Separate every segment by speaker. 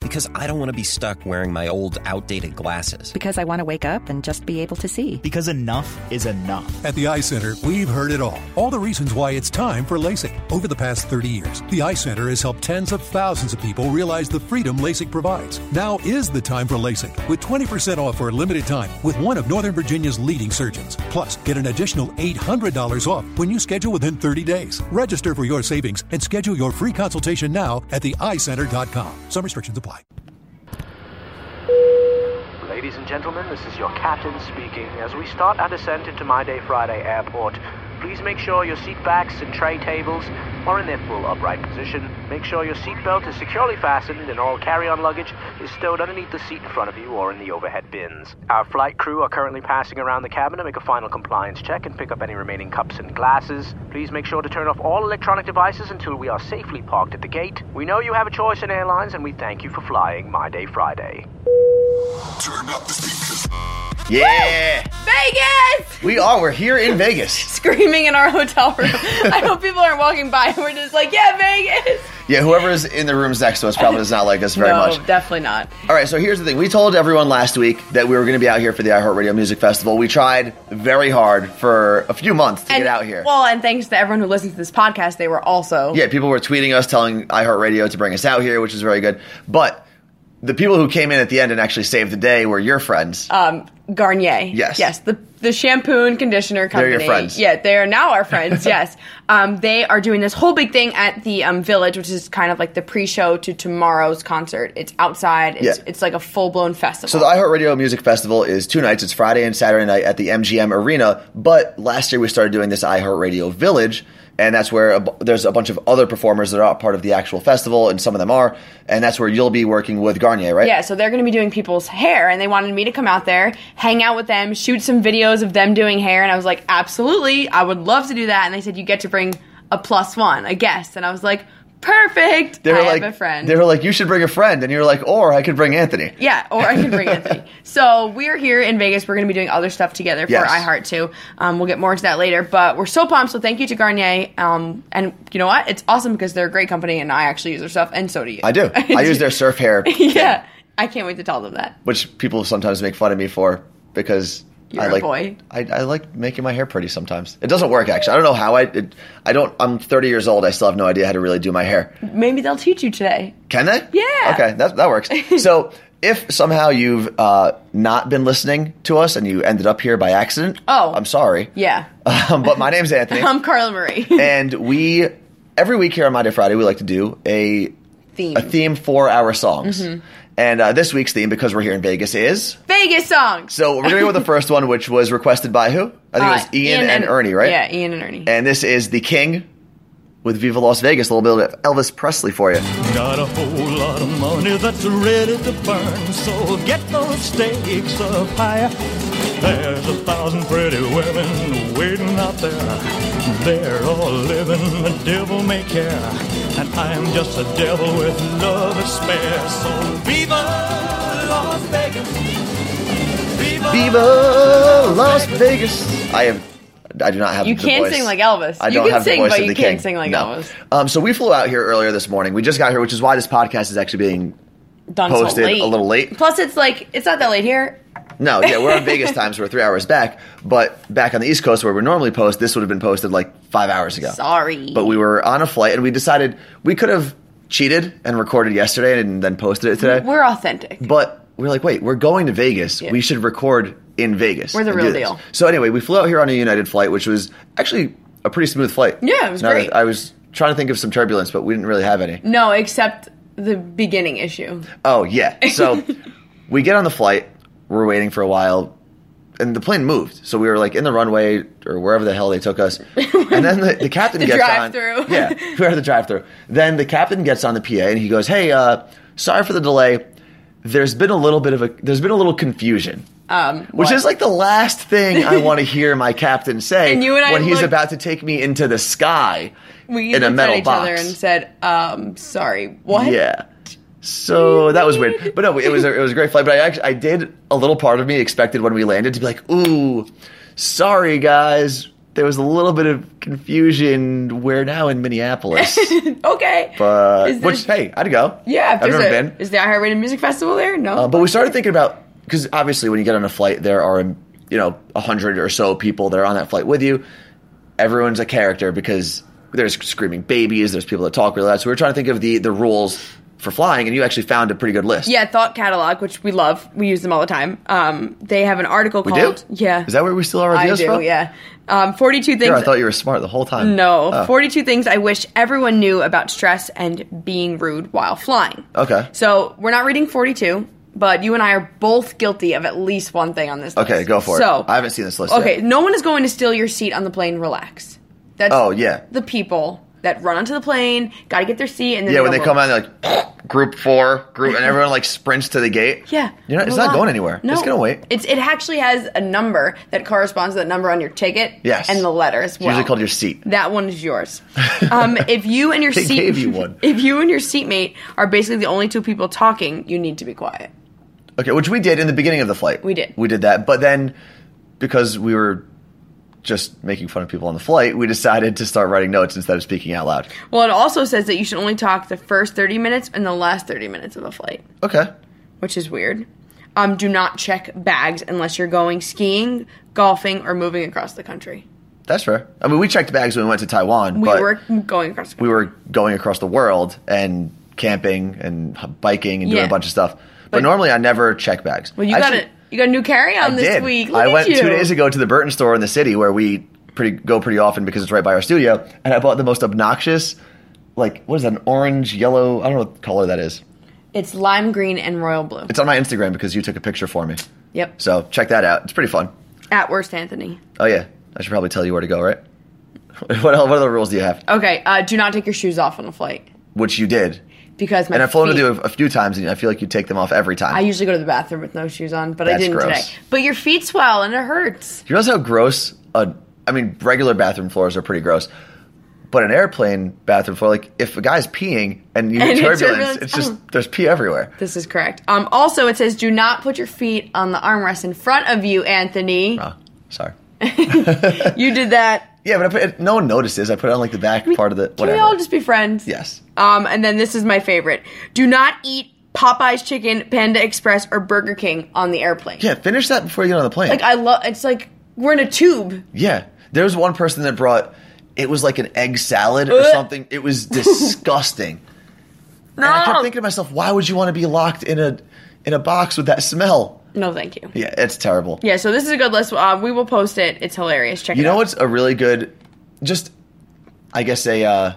Speaker 1: Because I don't want to be stuck wearing my old, outdated glasses.
Speaker 2: Because I want to wake up and just be able to see.
Speaker 3: Because enough is enough.
Speaker 4: At the Eye Center, we've heard it all. All the reasons why it's time for LASIK. Over the past 30 years, the Eye Center has helped tens of thousands of people realize the freedom LASIK provides. Now is the time for LASIK, with 20% off for a limited time with one of Northern Virginia's leading surgeons. Plus, get an additional $800 off when you schedule within 30 days. Register for your savings and schedule your free consultation now at theeyecenter.com. Some restrictions apply.
Speaker 5: Ladies and gentlemen, this is your captain speaking. As we start our descent into My Day Friday Airport, please make sure your seat backs and tray tables are in their full upright position. Make sure your seatbelt is securely fastened and all carry-on luggage is stowed underneath the seat in front of you or in the overhead bins. Our flight crew are currently passing around the cabin to make a final compliance check and pick up any remaining cups and glasses. Please make sure to turn off all electronic devices until we are safely parked at the gate. We know you have a choice in airlines and we thank you for flying My Day Friday.
Speaker 6: Turn up the speakers.
Speaker 3: Yeah!
Speaker 7: Vegas!
Speaker 3: We are. We're here in Vegas.
Speaker 7: Screaming in our hotel room. I hope people aren't walking by and we're just like, yeah, Vegas!
Speaker 3: Yeah, whoever is in the rooms next to us probably does not like us very
Speaker 7: no,
Speaker 3: much.
Speaker 7: definitely not.
Speaker 3: All right, so here's the thing. We told everyone last week that we were going to be out here for the iHeartRadio Music Festival. We tried very hard for a few months to get out here.
Speaker 7: Well, and thanks to everyone who listens to this podcast, they were also.
Speaker 3: yeah, people were tweeting us, telling iHeartRadio to bring us out here, which is very good. But the people who came in at the end and actually saved the day were your friends.
Speaker 7: Garnier.
Speaker 3: Yes.
Speaker 7: Yes. The the shampoo and conditioner company.
Speaker 3: your friends.
Speaker 7: Yeah, they are now our friends. yes. Um, they are doing this whole big thing at the um, Village, which is kind of like the pre-show to tomorrow's concert. It's outside. It's
Speaker 3: Yeah.
Speaker 7: it's like a full-blown festival.
Speaker 3: So the iHeartRadio Music Festival is two nights. It's Friday and Saturday night at the MGM Arena. But last year we started doing this iHeartRadio Village, and that's where a, bu- there's a bunch of other performers that are not part of the actual festival, and some of them are. And that's where you'll be working with Garnier, right?
Speaker 7: yeah, so they're going to be doing people's hair, and they wanted me to come out there, hang out with them, shoot some videos of them doing hair, and I was like, absolutely, I would love to do that. And they said, you get to bring a plus one, a guest, and I was like, perfect.
Speaker 3: They were
Speaker 7: I
Speaker 3: like,
Speaker 7: have a friend.
Speaker 3: They were like, you should bring a friend, and you're like, or I could bring Anthony.
Speaker 7: Yeah, or I can bring Anthony. So we're here in Vegas. We're going to be doing other stuff together for
Speaker 3: Yes.
Speaker 7: iHeart too. Um, we'll get more into that later. But we're so pumped. So thank you to Garnier. Um, and you know what? It's awesome because they're a great company, and I actually use their stuff, and so do you.
Speaker 3: I do. I use their surf hair,
Speaker 7: yeah, I can't wait to tell them that.
Speaker 3: which people sometimes make fun of me for because
Speaker 7: You're
Speaker 3: I
Speaker 7: a
Speaker 3: like
Speaker 7: boy.
Speaker 3: I, I like making my hair pretty sometimes. It doesn't work actually. I don't know how I. It, I don't. I'm 30 years old. I still have no idea how to really do my hair.
Speaker 7: Maybe they'll teach you today.
Speaker 3: Can they?
Speaker 7: Yeah.
Speaker 3: Okay, that that works. so if somehow you've uh, not been listening to us and you ended up here by accident,
Speaker 7: Oh.
Speaker 3: I'm sorry.
Speaker 7: Yeah,
Speaker 3: Um, but my name's Anthony,
Speaker 7: I'm Carla Marie.
Speaker 3: and we every week here on Monday Friday we like to do a
Speaker 7: theme. Mm-hmm.
Speaker 3: a theme for our songs. And uh, this week's theme, because we're here in Vegas, is
Speaker 7: Vegas songs.
Speaker 3: so we're gonna go with the first one, which was requested by who? I think it was
Speaker 7: Uh,
Speaker 3: Ian, and, Ernie, right?
Speaker 7: Yeah, Ian and Ernie.
Speaker 3: And this is the King with "Viva Las Vegas," a little bit of Elvis Presley for you.
Speaker 8: Got a whole lot of money that's ready to burn, so get those stakes up higher. There's a thousand pretty women waiting out there. They're all living the devil may care, and I'm just a devil with love to spare. So viva Las Vegas, viva,
Speaker 3: Viva Oh, Las Vegas. I am. I do not have.
Speaker 7: You
Speaker 3: the
Speaker 7: can't
Speaker 3: voice.
Speaker 7: sing like Elvis.
Speaker 3: I
Speaker 7: You
Speaker 3: don't
Speaker 7: can
Speaker 3: have the
Speaker 7: sing,
Speaker 3: voice
Speaker 7: but
Speaker 3: of the
Speaker 7: you can't
Speaker 3: King.
Speaker 7: sing like
Speaker 3: No.
Speaker 7: Elvis.
Speaker 3: Um, so we flew out here earlier this morning. We just got here, which is why this podcast is actually being
Speaker 7: Done
Speaker 3: posted a little late.
Speaker 7: Plus, it's like it's not that late here.
Speaker 3: no, yeah, we're on Vegas time, so we're three hours back. But back on the East Coast where we normally post, this would have been posted like five hours ago.
Speaker 7: Sorry.
Speaker 3: But we were on a flight, and we decided we could have cheated and recorded yesterday and then posted it today.
Speaker 7: We're authentic.
Speaker 3: But we're like, wait, we're going to Vegas.
Speaker 7: Yeah.
Speaker 3: We should record in Vegas.
Speaker 7: We're the
Speaker 3: and
Speaker 7: real
Speaker 3: do this.
Speaker 7: deal.
Speaker 3: So anyway, we flew out here on a United flight, which was actually a pretty smooth flight.
Speaker 7: Yeah, it was
Speaker 3: Now
Speaker 7: great.
Speaker 3: that- I was trying to think of some turbulence, but we didn't really have any.
Speaker 7: No, except the beginning issue.
Speaker 3: Oh yeah. So we get on the flight. We're waiting for a while, and the plane moved. So we were like in the runway or wherever the hell they took us. And then the, the captain
Speaker 7: The
Speaker 3: gets
Speaker 7: drive-thru.
Speaker 3: on. Yeah, we we're at the drive-through. Then the captain gets on the PA and he goes, "Hey, uh, sorry for the delay. There's been a little bit of a there's been a little confusion."
Speaker 7: Um,
Speaker 3: Which
Speaker 7: what?
Speaker 3: is like the last thing I want to hear my captain say
Speaker 7: And you and I
Speaker 3: when he's
Speaker 7: looked-
Speaker 3: about to take me into the sky
Speaker 7: we
Speaker 3: in a
Speaker 7: looked
Speaker 3: metal
Speaker 7: at each
Speaker 3: box.
Speaker 7: other and said, um, "Sorry, what?"
Speaker 3: Yeah. So that was weird, but no, it was a, it was a great flight. But I actually I did a little part of me expected when we landed to be like, "Ooh, sorry guys, there was a little bit of confusion. We're now in Minneapolis,
Speaker 7: Okay.
Speaker 3: but
Speaker 7: Is
Speaker 3: which
Speaker 7: there-
Speaker 3: hey, I'd go.
Speaker 7: yeah, if
Speaker 3: I've
Speaker 7: there's
Speaker 3: never
Speaker 7: a-
Speaker 3: been.
Speaker 7: Is the iHeartRadio Music Festival there? No.
Speaker 3: Uh, but we started thinking about because obviously when you get on a flight, there are you know a hundred or so people that are on that flight with you. Everyone's a character because there's screaming babies, there's people that talk really loud. So we were trying to think of the the rules for flying, and you actually found a pretty good list.
Speaker 7: yeah, Thought Catalog, which we love. We use them all the time. Um, they have an article
Speaker 3: we do.
Speaker 7: called Yeah.
Speaker 3: is that where we still are?
Speaker 7: I do,
Speaker 3: From?
Speaker 7: yeah. Um, 42 things
Speaker 3: Here, I thought you were smart the whole time.
Speaker 7: No,
Speaker 3: Oh.
Speaker 7: 42 things I wish everyone knew about stress and being rude while flying.
Speaker 3: Okay.
Speaker 7: So we're not reading 42, but you and I are both guilty of at least one thing on this list.
Speaker 3: Okay, go for it.
Speaker 7: so,
Speaker 3: I haven't seen this list yet.
Speaker 7: Okay, no one is going to steal your seat on the plane. Relax. That's
Speaker 3: Oh, yeah.
Speaker 7: the people that run onto the plane, got to get their seat, and then
Speaker 3: Yeah, when they
Speaker 7: go
Speaker 3: come
Speaker 7: relax.
Speaker 3: out, they're like group four, group, and everyone like sprints to the gate.
Speaker 7: Yeah,
Speaker 3: You're not, it's
Speaker 7: relax.
Speaker 3: not going anywhere.
Speaker 7: No,
Speaker 3: It's gonna wait.
Speaker 7: It's it actually has a number that corresponds to that number on your ticket.
Speaker 3: Yes.
Speaker 7: and the letter as
Speaker 3: It's
Speaker 7: well.
Speaker 3: usually called your seat.
Speaker 7: That one is yours. Um, if you and your
Speaker 3: They
Speaker 7: seat,
Speaker 3: gave you one.
Speaker 7: if you and your seatmate are basically the only two people talking, you need to be quiet.
Speaker 3: Okay, which we did in the beginning of the flight.
Speaker 7: We did.
Speaker 3: We did that, but then because we were just making fun of people on the flight, we decided to start writing notes instead of speaking out loud.
Speaker 7: Well, it also says that you should only talk the first thirty minutes and the last thirty minutes of the flight,
Speaker 3: Okay.
Speaker 7: which is weird. Um, do not check bags unless you're going skiing, golfing, or moving across the country.
Speaker 3: That's fair. I mean, we checked bags when we went to Taiwan,
Speaker 7: We
Speaker 3: but
Speaker 7: were going across. The country.
Speaker 3: we were going across the world and camping and h- biking and doing
Speaker 7: Yeah.
Speaker 3: a bunch of stuff. But,
Speaker 7: But-
Speaker 3: normally I never check bags.
Speaker 7: Well, you
Speaker 3: Actually,
Speaker 7: got a you got a new carry on
Speaker 3: I
Speaker 7: this
Speaker 3: did.
Speaker 7: week. Look
Speaker 3: I
Speaker 7: at
Speaker 3: went
Speaker 7: you.
Speaker 3: two days ago to the Burton store in the city where we pretty go pretty often because it's right by our studio, and I bought the most obnoxious, like what is that, an orange, yellow? I don't know what color that is.
Speaker 7: It's lime green and royal blue.
Speaker 3: It's on my Instagram because you took a picture for me.
Speaker 7: yep.
Speaker 3: So check that out. It's pretty fun.
Speaker 7: At worst, Anthony.
Speaker 3: Oh yeah, I should probably tell you where to go, right? what el- what other rules do you have?
Speaker 7: Okay. Uh, do not take your shoes off on a flight
Speaker 3: Which you did,
Speaker 7: because my
Speaker 3: and I've flown with
Speaker 7: feet-
Speaker 3: you a, a few times, and I feel like you take them off every time.
Speaker 7: I usually go to the bathroom with no shoes on, but I
Speaker 3: That's
Speaker 7: didn't
Speaker 3: gross.
Speaker 7: today. But your feet swell and it hurts.
Speaker 3: Do you realize how gross a I mean regular bathroom floors are pretty gross. But an airplane bathroom floor, like if a guy's peeing and you get
Speaker 7: And it's
Speaker 3: turbulence,
Speaker 7: turbulence,
Speaker 3: it's just
Speaker 7: oh.
Speaker 3: there's pee everywhere.
Speaker 7: This is correct. Um, also, it says do not put your feet on the armrest in front of you, Anthony.
Speaker 3: Oh, sorry.
Speaker 7: You did that.
Speaker 3: Yeah, but I put it, no one notices. I put it on like the back part of the
Speaker 7: Can
Speaker 3: whatever.
Speaker 7: we all just be friends?
Speaker 3: yes.
Speaker 7: Um, and then this is my favorite: do not eat Popeye's chicken, Panda Express, or Burger King on the airplane.
Speaker 3: Yeah, finish that before you get on the plane.
Speaker 7: Like I love. It's like we're in a tube.
Speaker 3: yeah, there was one person that brought it was like an egg salad or
Speaker 7: Ugh.
Speaker 3: something. It was disgusting. And
Speaker 7: No.
Speaker 3: I
Speaker 7: Oh.
Speaker 3: kept thinking to myself, why would you want to be locked in a in a box with that smell?
Speaker 7: no, thank you. Yeah.
Speaker 3: Yeah, it's terrible.
Speaker 7: So this is a good list. Uh, we will post it. It's hilarious. Check it
Speaker 3: You
Speaker 7: out.
Speaker 3: know what's a really good, just I guess a uh,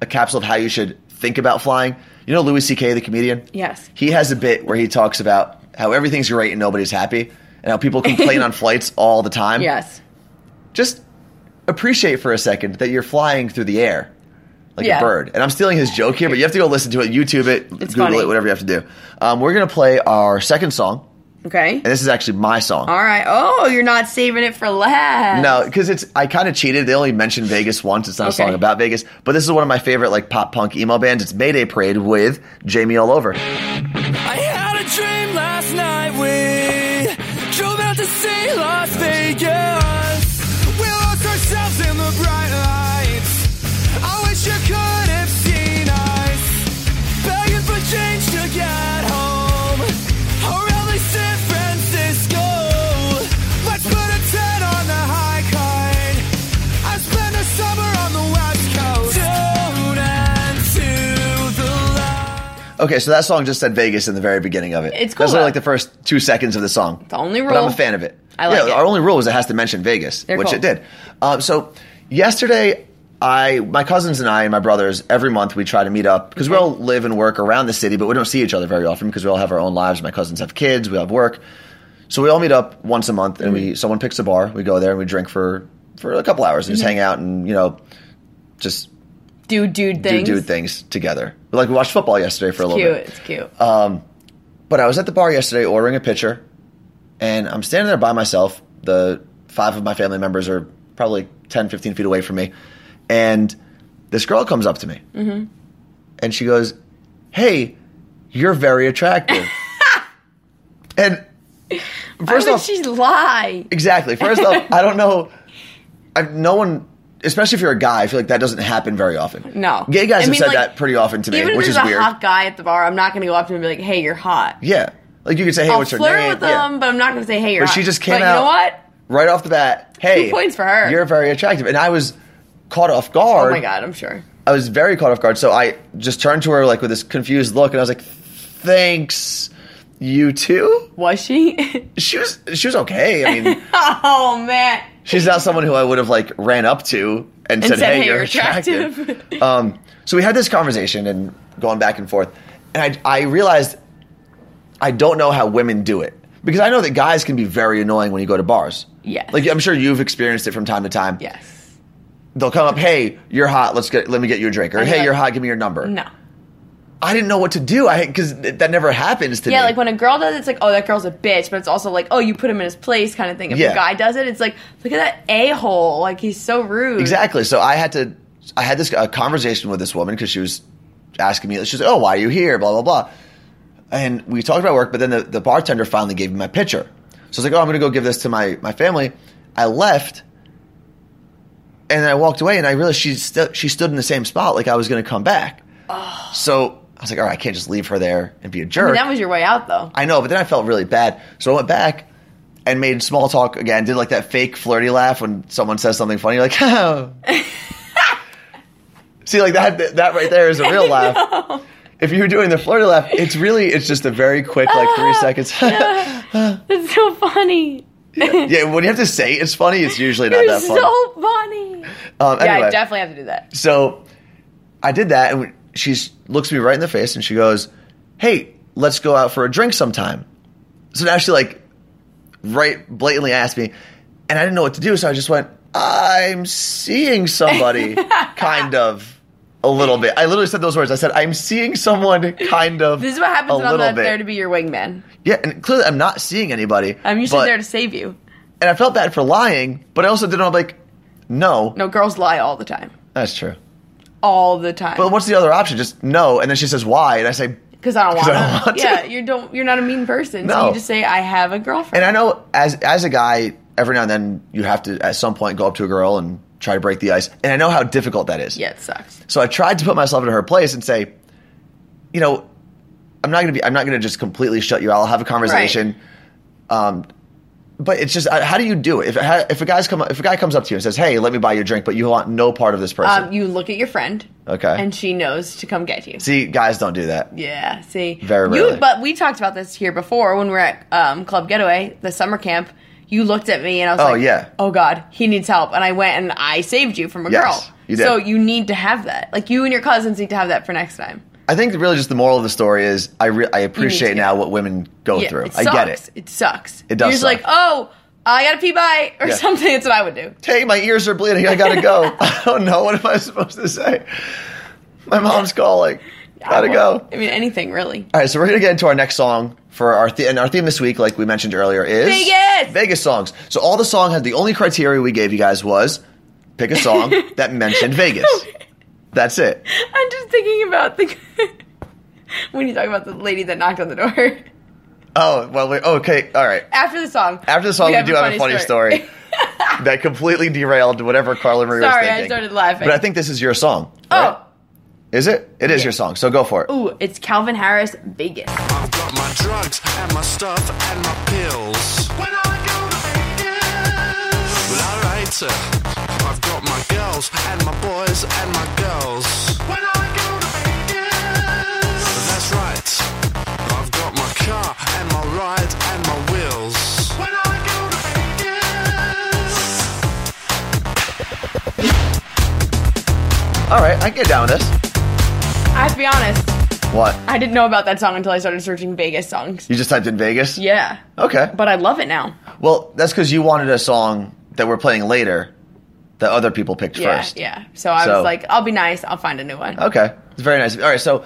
Speaker 3: a capsule of how you should think about flying. You know Louis C.K. the comedian.
Speaker 7: Yes.
Speaker 3: He has a bit where he talks about how everything's great and nobody's happy, and how people complain on flights all the time.
Speaker 7: Yes.
Speaker 3: Just appreciate for a second that you're flying through the air like
Speaker 7: Yeah.
Speaker 3: a bird. And I'm stealing his joke here, but you have to go listen to it, YouTube it,
Speaker 7: It's
Speaker 3: Google
Speaker 7: funny.
Speaker 3: it, whatever you have to do. Um, we're gonna play our second song,
Speaker 7: Okay.
Speaker 3: and this is actually my song.
Speaker 7: All right. Oh, you're not saving it for last.
Speaker 3: No, because it's I kind of cheated. They only mentioned Vegas once. It's not
Speaker 7: Okay.
Speaker 3: a song about Vegas, but this is one of my favorite like pop punk emo bands. It's Mayday Parade with Jamie All Over.
Speaker 9: I had a dream last night. We drove out to see Las Vegas. We lost ourselves in the bright lights. I wish you could have seen us. Begging for change to get home. Or at least San Francisco. Let's put a 10 on the high card. I spent a summer on the west coast. Down and to the light.
Speaker 3: Okay, so that song just said Vegas in the very beginning of it.
Speaker 7: It's cool,
Speaker 3: That's only
Speaker 7: though.
Speaker 3: like the first two seconds of the song.
Speaker 7: The only
Speaker 3: but I'm
Speaker 7: rule.
Speaker 3: a fan of it.
Speaker 7: I like
Speaker 3: yeah,
Speaker 7: it.
Speaker 3: Our only rule is it has to mention Vegas,
Speaker 7: They're
Speaker 3: which
Speaker 7: cool.
Speaker 3: it did. Um, so yesterday, I, my cousins and I and my brothers, every month we try to meet up because we
Speaker 7: Mm-hmm.
Speaker 3: all live and work around the city, but we don't see each other very often because we all have our own lives. My cousins have kids, we have work, so we all meet up once a month, and
Speaker 7: Mm-hmm.
Speaker 3: we someone picks a bar, we go there and we drink for for a couple hours and
Speaker 7: Mm-hmm.
Speaker 3: just hang out and you know just
Speaker 7: Do dude things.
Speaker 3: do do things together. Like we watched football yesterday for a
Speaker 7: It's
Speaker 3: little
Speaker 7: cute.
Speaker 3: bit. Uh,
Speaker 7: It's cute.
Speaker 3: But I was at the bar yesterday ordering a pitcher, and I'm standing there by myself. The five of my family members are probably 10, 15 feet away from me. And this girl comes up to me.
Speaker 7: Mm-hmm.
Speaker 3: And she goes, Hey, you're very attractive. and
Speaker 7: Why
Speaker 3: first
Speaker 7: would
Speaker 3: off,
Speaker 7: she lie?
Speaker 3: exactly. First off, I don't know. I, no one, especially if you're a guy, I feel like that doesn't happen very often.
Speaker 7: No.
Speaker 3: Gay guys
Speaker 7: I
Speaker 3: have
Speaker 7: mean,
Speaker 3: said
Speaker 7: like,
Speaker 3: that pretty often to me,
Speaker 7: Even
Speaker 3: which
Speaker 7: if
Speaker 3: is
Speaker 7: there's a
Speaker 3: weird.
Speaker 7: hot guy at the bar, I'm not going to go up to him and be like, hey, you're hot.
Speaker 3: yeah. Like you could say, hey,
Speaker 7: I'll
Speaker 3: what's your
Speaker 7: flirt
Speaker 3: name?
Speaker 7: with them,
Speaker 3: yeah.
Speaker 7: but I'm not going to say, hey, you're
Speaker 3: But
Speaker 7: hot.
Speaker 3: she just came
Speaker 7: but
Speaker 3: out.
Speaker 7: you know what?
Speaker 3: Right off the bat, hey,
Speaker 7: points for her.
Speaker 3: You're very attractive, and I was caught off guard.
Speaker 7: Oh my god, I'm sure.
Speaker 3: I was very caught off guard. So I just turned to her like with this confused look, and I was like, "Thanks, you too."
Speaker 7: Was she?
Speaker 3: She was she was okay. I mean,
Speaker 7: oh man.
Speaker 3: she's not someone who I would have like ran up to and, said, "Hey, you're, attractive." um, so we had this conversation and going back and forth, and I, I realized I don't know how women do it because I know that guys can be very annoying when you go to bars.
Speaker 7: Yes.
Speaker 3: like I'm sure you've experienced it from time to time.
Speaker 7: yes.
Speaker 3: they'll come up, "Hey, you're hot. Let's get let me get you a drink," or
Speaker 7: And
Speaker 3: "Hey,
Speaker 7: like-
Speaker 3: you're hot. Give me your number."
Speaker 7: No.
Speaker 3: I didn't know what to do. I because that never happens to me.
Speaker 7: Yeah, like when a girl does it, it's like, oh, that girl's a bitch, but it's also like, oh, you put him in his place kind of thing. If
Speaker 3: Yeah.
Speaker 7: a guy does it, it's like, look at that a hole. Like, he's so rude.
Speaker 3: exactly. So I had to. I had this uh conversation with this woman because she was asking me. She was like, "Oh, why are you here?" Blah blah blah. And we talked about work, but then the, the bartender finally gave me my picture. So I was like, "Oh, I'm going to go give this to my my family." I left, and then I walked away, and I realized she st- she stood in the same spot. Like I was going to come back. So I was like, "All right, I can't just leave her there and be a jerk."
Speaker 7: Oh. I mean, that was your way out, though.
Speaker 3: I know, but then I felt really bad. So I went back and made small talk again, did like that fake flirty laugh when someone says something funny, like, oh. See, like that, that right there is a real laugh. If you were doing the flirty laugh, it's really, it's just a very quick, like three seconds. yeah,
Speaker 7: That's so funny.
Speaker 3: when you have to say it's funny, it's usually not
Speaker 7: You're
Speaker 3: that funny.
Speaker 7: so funny.
Speaker 3: um,
Speaker 7: Yeah, I
Speaker 3: anyway.
Speaker 7: definitely have to do that.
Speaker 3: So I did that, and she looks me right in the face, and she goes, "Hey, let's go out for a drink sometime." So now she like right blatantly asked me, and I didn't know what to do, so I just went, "I'm seeing somebody," kind of. A little bit. I literally said those words. I said, "I'm seeing someone." Kind of.
Speaker 7: This is what
Speaker 3: a
Speaker 7: happens when I'm
Speaker 3: little
Speaker 7: not
Speaker 3: bit.
Speaker 7: there to be your wingman.
Speaker 3: Yeah, and clearly I'm not seeing anybody.
Speaker 7: I'm usually
Speaker 3: but-
Speaker 7: there to save you.
Speaker 3: And I felt bad for lying, but I also didn't. I'm like, no,
Speaker 7: No, girls lie all the time.
Speaker 3: that's true.
Speaker 7: All the time.
Speaker 3: But what's the other option? Just no. And then she says, "Why?" And I say,
Speaker 7: Because I don't want,
Speaker 3: 'Cause I don't want to.
Speaker 7: to. Yeah, you don't. You're not a mean person.
Speaker 3: No.
Speaker 7: So you just say I have a girlfriend.
Speaker 3: And I know as as a guy, every now and then you have to at some point go up to a girl and try to break the ice. And I know how difficult that is.
Speaker 7: yeah, it sucks.
Speaker 3: So I tried to put myself in her place and say, you know, I'm not gonna be I'm not gonna just completely shut you out. I'll have a conversation. Um but it's just uh, how do you do it? If if a guy's come if a guy comes up to you and says, "Hey, let me buy you a drink," but you want no part of this person.
Speaker 7: Um, you look at your friend.
Speaker 3: Okay.
Speaker 7: And she knows to come get you.
Speaker 3: See, guys don't do that.
Speaker 7: Yeah. See.
Speaker 3: Very rarely.
Speaker 7: You, but we talked about this here before when we were at um, Club Getaway, the summer camp. You looked at me and I was
Speaker 3: Oh,
Speaker 7: like,
Speaker 3: yeah.
Speaker 7: oh God, he needs help." And I went and I saved you from a
Speaker 3: Yes,
Speaker 7: girl.
Speaker 3: you did.
Speaker 7: So you need to have that. Like you and your cousins need to have that for next time.
Speaker 3: I think really just the moral of the story is I re- I appreciate
Speaker 7: to.
Speaker 3: now what women go
Speaker 7: Yeah,
Speaker 3: through.
Speaker 7: it
Speaker 3: I get
Speaker 7: sucks.
Speaker 3: it.
Speaker 7: It sucks.
Speaker 3: It does
Speaker 7: You're just
Speaker 3: suck.
Speaker 7: like, oh, I gotta pee bye or
Speaker 3: Yeah.
Speaker 7: something. That's what I would do.
Speaker 3: hey, my ears are bleeding. I gotta go. I don't know. What am I supposed to say? My mom's calling. Gotta go.
Speaker 7: I mean, anything really.
Speaker 3: All right, so we're gonna get into our next song for our the- and our theme this week, like we mentioned earlier, is
Speaker 7: Vegas!
Speaker 3: Vegas songs. So all the song had the only criteria we gave you guys was pick a song that mentioned Vegas. That's it.
Speaker 7: I'm just thinking about the when you talk about the lady that knocked on the door
Speaker 3: Oh well, we, okay, all right.
Speaker 7: after the song.
Speaker 3: After the song, we, do have a funny story, that completely derailed whatever Carla Marie was
Speaker 7: Sorry, I
Speaker 3: thinking.
Speaker 7: started laughing.
Speaker 3: But I think this is your song. right?
Speaker 7: Oh,
Speaker 3: is it? It is your song. So go for it.
Speaker 7: ooh, it's Calvin Harris, Vegas.
Speaker 9: I've got my drugs and my stuff and my pills. When I go to Vegas. Well, alright. uh, I've got my girls and my boys and my girls. When I go to Vegas. That's right. I've got my car and my ride and my wheels. When I go to Vegas.
Speaker 3: All right, I can get down with this.
Speaker 7: I have to be honest,
Speaker 3: What?
Speaker 7: I didn't know about that song until I started searching Vegas songs.
Speaker 3: You just typed in Vegas?
Speaker 7: Yeah,
Speaker 3: Okay.
Speaker 7: but I love it now.
Speaker 3: Well, that's because you wanted a song that we're playing later that other people picked
Speaker 7: Yeah,
Speaker 3: first.
Speaker 7: yeah. So I
Speaker 3: So-
Speaker 7: was like, I'll be nice. I'll find a new one.
Speaker 3: Okay. It's very nice. All right. So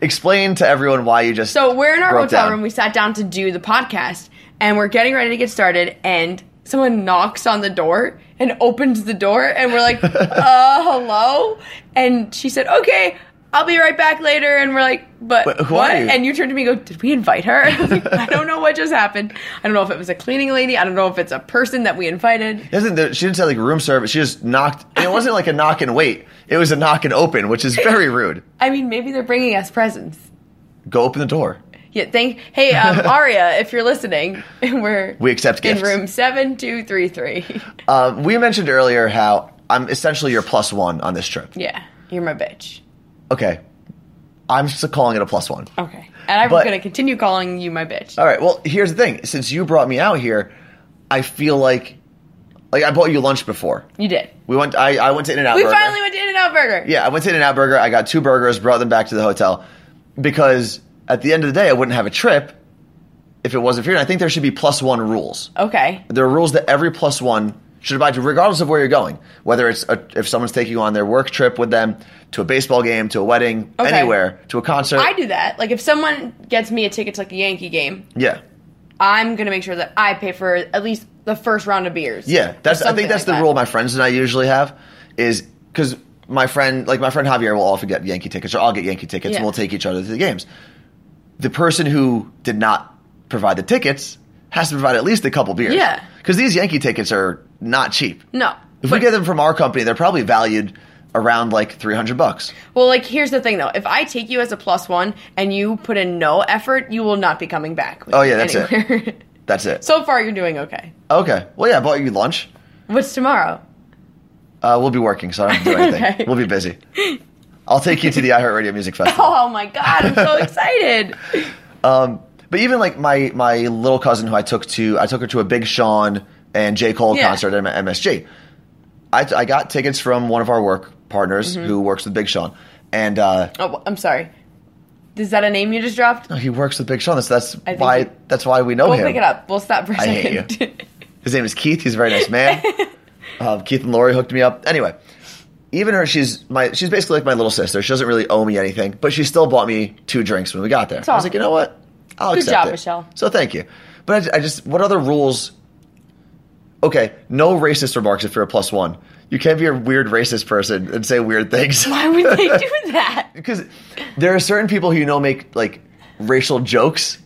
Speaker 3: explain to everyone why you just.
Speaker 7: So we're in our
Speaker 3: broke
Speaker 7: hotel
Speaker 3: down.
Speaker 7: room. We sat down to do the podcast, and we're getting ready to get started. And someone knocks on the door and opens the door, and we're like, "Uh, hello." And she said, "Okay, I'll be right back later. And we're like, but
Speaker 3: But who are
Speaker 7: what?
Speaker 3: you?
Speaker 7: And you turn to me and go, did we invite her? I was like, I don't know what just happened. I don't know if it was a cleaning lady. I don't know if it's a person that we invited.
Speaker 3: Isn't there, she didn't say like room service. She just knocked. and It wasn't like a knock and wait. It was a knock and open, which is very rude.
Speaker 7: I mean, maybe they're bringing us presents.
Speaker 3: Go open the door.
Speaker 7: Yeah, thank. Hey, um, Aria, if you're listening, we're
Speaker 3: We accept
Speaker 7: in
Speaker 3: gifts.
Speaker 7: room seven two three three.
Speaker 3: Uh, we mentioned earlier how I'm essentially your plus one on this trip.
Speaker 7: Yeah, you're my bitch.
Speaker 3: Okay, I'm still calling it a plus one.
Speaker 7: Okay, and I'm
Speaker 3: But- Uh,
Speaker 7: gonna continue calling you my bitch.
Speaker 3: All right. Well, here's the thing. Since you brought me out here, I feel like like I bought you lunch before.
Speaker 7: you did.
Speaker 3: We went. I, I went to In and Out.
Speaker 7: We
Speaker 3: Burger.
Speaker 7: finally went to In-N-Out Burger.
Speaker 3: Yeah, I went to In and Out Burger. I got two burgers, brought them back to the hotel because at the end of the day, I wouldn't have a trip if it wasn't for you. And I think there should be plus one rules.
Speaker 7: Okay.
Speaker 3: There are rules that every plus one should abide to, regardless of where you're going. Whether it's a, if someone's taking you on their work trip with them to a baseball game, to a wedding,
Speaker 7: Okay.
Speaker 3: anywhere, to a concert.
Speaker 7: I do that. Like if someone gets me a ticket to like a Yankee game,
Speaker 3: Yeah,
Speaker 7: I'm gonna make sure that I pay for at least the first round of beers.
Speaker 3: yeah. That's I think that's the rule my friends and I usually have is because my friend, like my friend Javier, will often get Yankee tickets, or I'll get Yankee tickets,
Speaker 7: Yeah.
Speaker 3: and we'll take each other to the games. The person who did not provide the tickets has to provide at least a couple beers.
Speaker 7: Yeah.
Speaker 3: because these Yankee tickets are not cheap.
Speaker 7: No.
Speaker 3: If we get them from our company, they're probably valued around like three hundred bucks.
Speaker 7: Well, like here's the thing though. If I take you as a plus one and you put in no effort, you will not be coming back. with
Speaker 3: Oh,
Speaker 7: me
Speaker 3: yeah, that's it.
Speaker 7: anywhere.
Speaker 3: That's it.
Speaker 7: so far, you're doing okay.
Speaker 3: okay. Well, yeah, I bought you lunch.
Speaker 7: What's tomorrow?
Speaker 3: Uh, we'll be working, so I don't have to do anything.
Speaker 7: Okay.
Speaker 3: We'll be busy. I'll take you to the iHeartRadio Music Festival.
Speaker 7: Oh my god, I'm so excited.
Speaker 3: Um, but even like my my little cousin who I took to I took her to a Big Sean and J Cole
Speaker 7: Yeah.
Speaker 3: concert at M- MSG. I, I got tickets from one of our work partners
Speaker 7: Mm-hmm.
Speaker 3: who works with Big Sean, and uh,
Speaker 7: Oh, I'm sorry. Is that a name you just dropped?
Speaker 3: he works with Big Sean. That's that's
Speaker 7: think
Speaker 3: why
Speaker 7: he-
Speaker 3: that's why we know
Speaker 7: We'll
Speaker 3: him.
Speaker 7: pick it up. We'll stop for a
Speaker 3: I
Speaker 7: second.
Speaker 3: hate you. His name is Keith. He's a very nice man. um, Keith and Lori hooked me up. Anyway, even her, she's my she's basically like my little sister. She doesn't really owe me anything, but she still bought me two drinks when we got there. I was
Speaker 7: awesome.
Speaker 3: like, you know what? I'll
Speaker 7: Good
Speaker 3: accept
Speaker 7: job,
Speaker 3: it.
Speaker 7: Michelle.
Speaker 3: So thank you. But I ju- I, just what other rules? Okay, no racist remarks if you're a plus one. You can't be a weird racist person and say weird things
Speaker 7: Why would they do that?
Speaker 3: because there are certain people who you know make like racial jokes.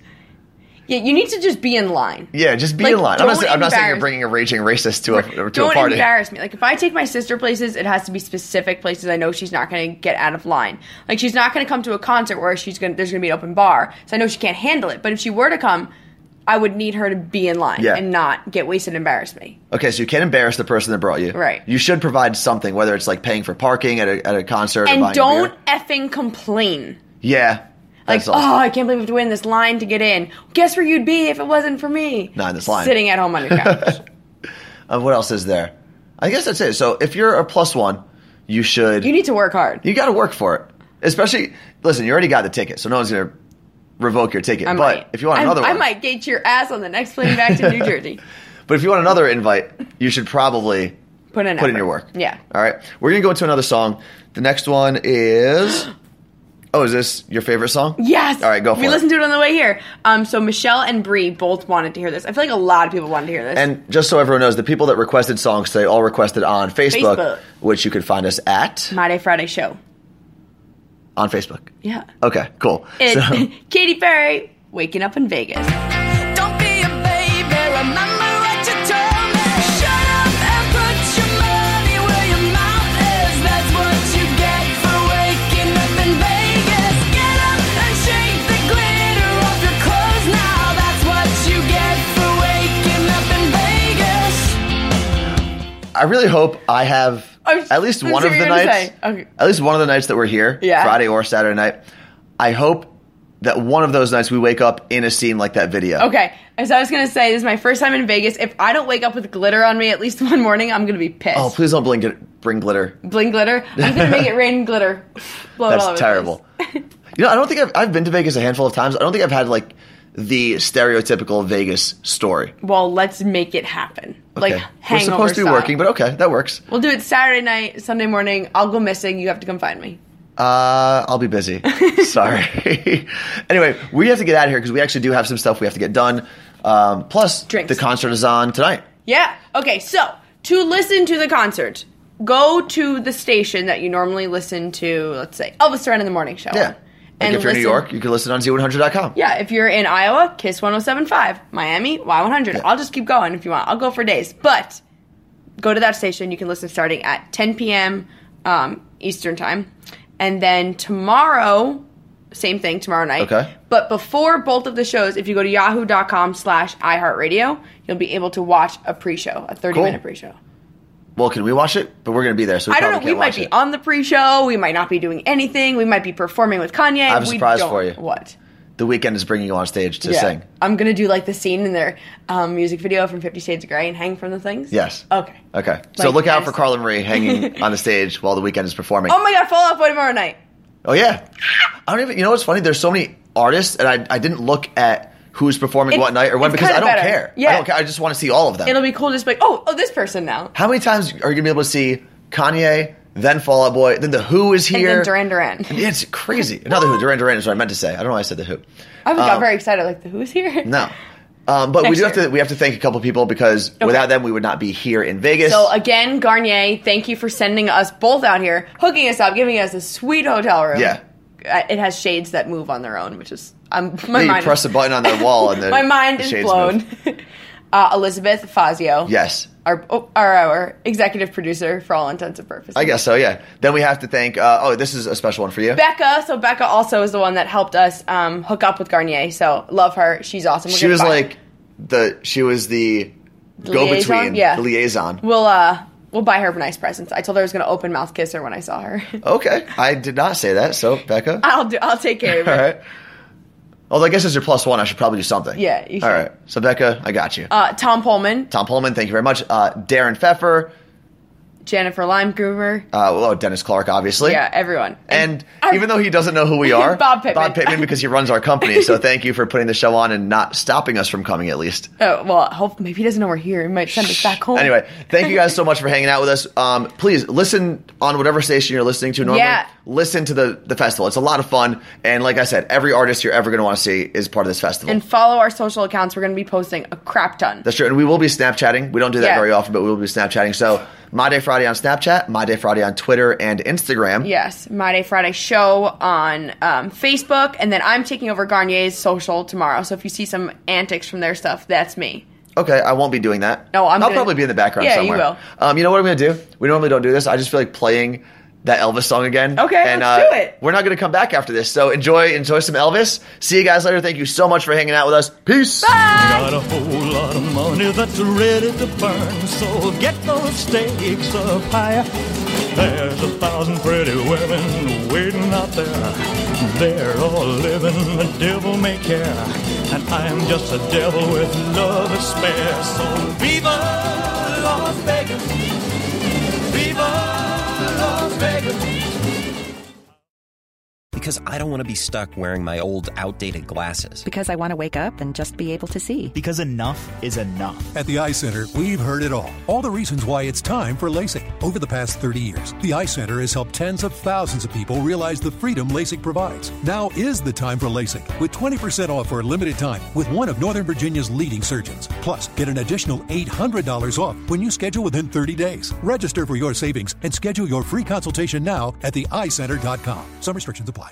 Speaker 7: Yeah, you need to just be in line.
Speaker 3: Yeah, just be
Speaker 7: Like,
Speaker 3: in line. I'm not,
Speaker 7: don't
Speaker 3: say- I'm not saying you're
Speaker 7: embarrass-
Speaker 3: bringing a raging racist to a to
Speaker 7: Don't
Speaker 3: a party.
Speaker 7: embarrass me. Like if I take my sister places, it has to be specific places I know she's not going to get out of line. Like she's not going to come to a concert where she's going to there's going to be an open bar, so I know she can't handle it. But if she were to come, I would need her to be in line
Speaker 3: Yeah.
Speaker 7: and not get wasted and embarrass me.
Speaker 3: Okay, so you can't embarrass the person that brought you.
Speaker 7: Right.
Speaker 3: You should provide something, whether it's like paying for parking at a, at a concert or buying
Speaker 7: and
Speaker 3: a
Speaker 7: don't
Speaker 3: beer.
Speaker 7: effing complain.
Speaker 3: Yeah.
Speaker 7: Like,
Speaker 3: That's
Speaker 7: oh,
Speaker 3: all.
Speaker 7: I can't believe we have to wait in this line to get in. Guess where you'd be if it wasn't for me?
Speaker 3: Not in this line.
Speaker 7: Sitting at home on your couch. oh.
Speaker 3: Uh, what else is there? I guess that's it. So if you're a plus one, you should.
Speaker 7: you need to work hard.
Speaker 3: You got to work for it. Especially, listen, you already got the ticket, so no one's going to revoke your ticket.
Speaker 7: I
Speaker 3: but
Speaker 7: might.
Speaker 3: if you want
Speaker 7: I-
Speaker 3: another
Speaker 7: I
Speaker 3: one,
Speaker 7: might gate your ass on the next plane back to New Jersey.
Speaker 3: but if you want another invite, you should probably
Speaker 7: Put in
Speaker 3: put in
Speaker 7: effort.
Speaker 3: your work.
Speaker 7: Yeah.
Speaker 3: All right. We're going to go into another song. The next one is. Oh, is this your favorite song?
Speaker 7: Yes.
Speaker 3: All right, go for
Speaker 7: we
Speaker 3: it.
Speaker 7: listened to it on the way here. Um, so Michelle and Bree both wanted to hear this. I feel like a lot of people wanted to hear this.
Speaker 3: And just so everyone knows, the people that requested songs today all requested on Facebook,
Speaker 7: Facebook.
Speaker 3: which you can find us at
Speaker 7: My Day Friday show.
Speaker 3: on Facebook.
Speaker 7: Yeah.
Speaker 3: Okay, cool.
Speaker 7: It's
Speaker 3: So-
Speaker 7: Katy Perry waking up in Vegas.
Speaker 9: Don't be a baby, remember what you told me. Shut up and put your money where your mouth is. That's what you get for waking up in Vegas. Get up and shake the glitter off your clothes now. That's what you get for waking up in Vegas.
Speaker 3: I really hope I have
Speaker 7: I'm-
Speaker 3: at least
Speaker 7: I'm
Speaker 3: one of
Speaker 7: sure
Speaker 3: the
Speaker 7: Oh, you're gonna
Speaker 3: nights.
Speaker 7: say. Okay.
Speaker 3: At least one of the nights that we're here,
Speaker 7: Yeah.
Speaker 3: Friday or Saturday night. I hope that one of those nights we wake up in a scene like that video.
Speaker 7: Okay. As I was gonna say, this is my first time in Vegas. If I don't Oh, wake up with glitter on me at least one morning, I'm gonna be pissed.
Speaker 3: Oh, please don't bling, bring glitter.
Speaker 7: Bling glitter. I'm gonna make it rain glitter. Blow it all over
Speaker 3: That's
Speaker 7: the
Speaker 3: terrible.
Speaker 7: place.
Speaker 3: you know, I don't think I've, I've been to Vegas a handful of times. I don't think I've had like the stereotypical Vegas story.
Speaker 7: Well, let's make it happen. Like
Speaker 3: Okay.
Speaker 7: hangover
Speaker 3: we're supposed to be
Speaker 7: style.
Speaker 3: working, but okay, that works.
Speaker 7: we'll do it Saturday night, Sunday morning. I'll go missing. You have to come find me.
Speaker 3: Uh, I'll be busy. Sorry. anyway, we have to get out of here because we actually do have some stuff we have to get done. Um, plus,
Speaker 7: Drinks.
Speaker 3: the concert is on tonight.
Speaker 7: Yeah. Okay, so to listen to the concert, go to the station that you normally listen to, let's say Elvis Duran in the morning show.
Speaker 3: Yeah.
Speaker 7: on,
Speaker 3: Like if you're in New
Speaker 7: listen-
Speaker 3: York, you can listen on Z100.com.
Speaker 7: Yeah, if you're in Iowa, Kiss 1075. Miami, Y100. I'll just keep going if you want. I'll go for days. But go to that station. You can listen starting at 10 p.m. Um, Eastern Time. And then tomorrow, same thing, tomorrow night.
Speaker 3: Okay.
Speaker 7: But before both of the shows, if you go to yahoo.com slash iHeartRadio, you'll be able to watch a pre show, a 30
Speaker 3: Cool.
Speaker 7: minute pre show.
Speaker 3: Well, can we watch it? But we're going to be there, so we
Speaker 7: I don't
Speaker 3: probably can't
Speaker 7: know. We might
Speaker 3: watch
Speaker 7: be
Speaker 3: it.
Speaker 7: on the pre show. We might not be doing anything. We might be performing with Kanye.
Speaker 3: I have a
Speaker 7: We
Speaker 3: surprise
Speaker 7: don't-
Speaker 3: for you.
Speaker 7: What?
Speaker 3: the weekend is bringing you on stage to sing.
Speaker 7: I'm gonna do like the scene in their um, music video from Fifty Shades of Grey and hang from the things.
Speaker 3: Yes.
Speaker 7: Okay.
Speaker 3: Okay. so
Speaker 7: Like,
Speaker 3: look out
Speaker 7: I
Speaker 3: for
Speaker 7: just-
Speaker 3: Carla Marie hanging on the stage while the weekend is performing.
Speaker 7: Oh my God! Fall Out Boy tomorrow night.
Speaker 3: Oh yeah. I don't even. You know what's funny? There's so many artists, and I I didn't look at who's performing
Speaker 7: It's-
Speaker 3: what night or when
Speaker 7: it's
Speaker 3: because I
Speaker 7: kinda
Speaker 3: don't
Speaker 7: better.
Speaker 3: care. I
Speaker 7: Yeah.
Speaker 3: don't care. I just want to see all of them.
Speaker 7: It'll be cool. Just be like, oh, oh, this person now.
Speaker 3: How many times are you gonna be able to see Kanye, then Fall Out Boy, then the Who is
Speaker 7: And
Speaker 3: here?
Speaker 7: then Duran Duran.
Speaker 3: And It's crazy. Not the Who. Duran Duran is what I meant to say. I don't know why I said the Who.
Speaker 7: I was
Speaker 3: Um,
Speaker 7: got very excited. Like, the who's here?
Speaker 3: No. Um, but we
Speaker 7: Next
Speaker 3: do have
Speaker 7: year.
Speaker 3: to we have to thank a couple people because without them we would not be here in Vegas.
Speaker 7: So uh, again, Garnier, thank you for sending us both out here, hooking us up, giving us a sweet hotel room.
Speaker 3: Yeah.
Speaker 7: Uh, It has shades that move on their own, which is I'm my
Speaker 3: Yeah, you
Speaker 7: mind.
Speaker 3: press a button on their wall and the,
Speaker 7: my mind
Speaker 3: the
Speaker 7: is
Speaker 3: shades
Speaker 7: blown.
Speaker 3: move.
Speaker 7: uh, Elizabeth Fazio.
Speaker 3: Yes.
Speaker 7: Our, oh, our our executive producer for all intents and purposes.
Speaker 3: I guess so. Yeah. Then we have to thank. Uh, oh, this is a special one for you.
Speaker 7: Becca. So Becca also is the one that helped us um, hook up with Garnier. So love her. She's awesome. We're
Speaker 3: she
Speaker 7: gonna
Speaker 3: was
Speaker 7: buy-
Speaker 3: like the. She was the,
Speaker 7: liaison?
Speaker 3: go-between,
Speaker 7: Yeah.
Speaker 3: the liaison.
Speaker 7: we'll uh we'll buy her nice presents. I told her I was gonna open mouth kiss her when I saw her.
Speaker 3: Okay, I did not say that. So Becca,
Speaker 7: I'll do. I'll take care of
Speaker 3: all
Speaker 7: it.
Speaker 3: right. Although I guess as your plus one, I should probably do something.
Speaker 7: Yeah, you
Speaker 3: All
Speaker 7: should.
Speaker 3: right. So Becca, I got you.
Speaker 7: Uh, Tom Pullman,
Speaker 3: Tom Pullman, thank you very much. Uh, Darren Pfeffer.
Speaker 7: Jennifer Limegroover.
Speaker 3: Uh, well, Dennis Clark, obviously.
Speaker 7: Yeah, everyone.
Speaker 3: And
Speaker 7: I'm-
Speaker 3: even though he doesn't know who we are,
Speaker 7: Bob Pittman.
Speaker 3: Bob Pittman, because he runs our company. So thank you for putting the show on and not stopping us from coming, at least.
Speaker 7: oh, well, I hope maybe he doesn't know we're here. He might send us back home.
Speaker 3: Anyway, thank you guys so much for hanging out with us. Um, please listen on whatever station you're listening to normally.
Speaker 7: Yeah.
Speaker 3: Listen to the, the festival. It's a lot of fun. And like I said, every artist you're ever going to want to see is part of this festival.
Speaker 7: And follow our social accounts. We're gonna be posting a crap ton.
Speaker 3: That's true. And we will be Snapchatting. We don't do that
Speaker 7: Yeah.
Speaker 3: very often, but we will be Snapchatting. So My Day Friday on Snapchat, My Day Friday on Twitter and Instagram.
Speaker 7: Yes, My Day Friday show on um, Facebook, and then I'm taking over Garnier's social tomorrow. So if you see some antics from their stuff, that's me.
Speaker 3: Okay, I won't be doing that.
Speaker 7: No, I'm
Speaker 3: I'll
Speaker 7: gonna-
Speaker 3: probably be in the background
Speaker 7: Yeah, you
Speaker 3: somewhere.
Speaker 7: will.
Speaker 3: Um, you know what I'm going to do? We normally don't do this. I just feel like playing that Elvis song again.
Speaker 7: Okay,
Speaker 3: and,
Speaker 7: let's
Speaker 3: uh,
Speaker 7: do it.
Speaker 3: We're not going to come back after this. So enjoy, enjoy some Elvis. See you guys later. Thank you so much for hanging out with us. Peace.
Speaker 8: Got a whole lot of money that's ready to burn, so get those stakes up higher. There's a thousand pretty women waiting out there. They're all living the devil may care, and I'm just a devil with love to spare. So viva Las Vegas, viva Las Vegas.
Speaker 1: Because I don't want to be stuck wearing my old outdated glasses.
Speaker 2: Because I want to wake up and just be able to see.
Speaker 10: Because enough is enough.
Speaker 4: At the Eye Center, we've heard it all. All the reasons why it's time for LASIK. Over the past 30 years, the Eye Center has helped tens of thousands of people realize the freedom LASIK provides. Now is the time for LASIK with 20% off for a limited time with one of Northern Virginia's leading surgeons. Plus, get an additional $800 off when you schedule within 30 days. Register for your savings and schedule your free consultation now at theeyecenter.com. Some restrictions apply.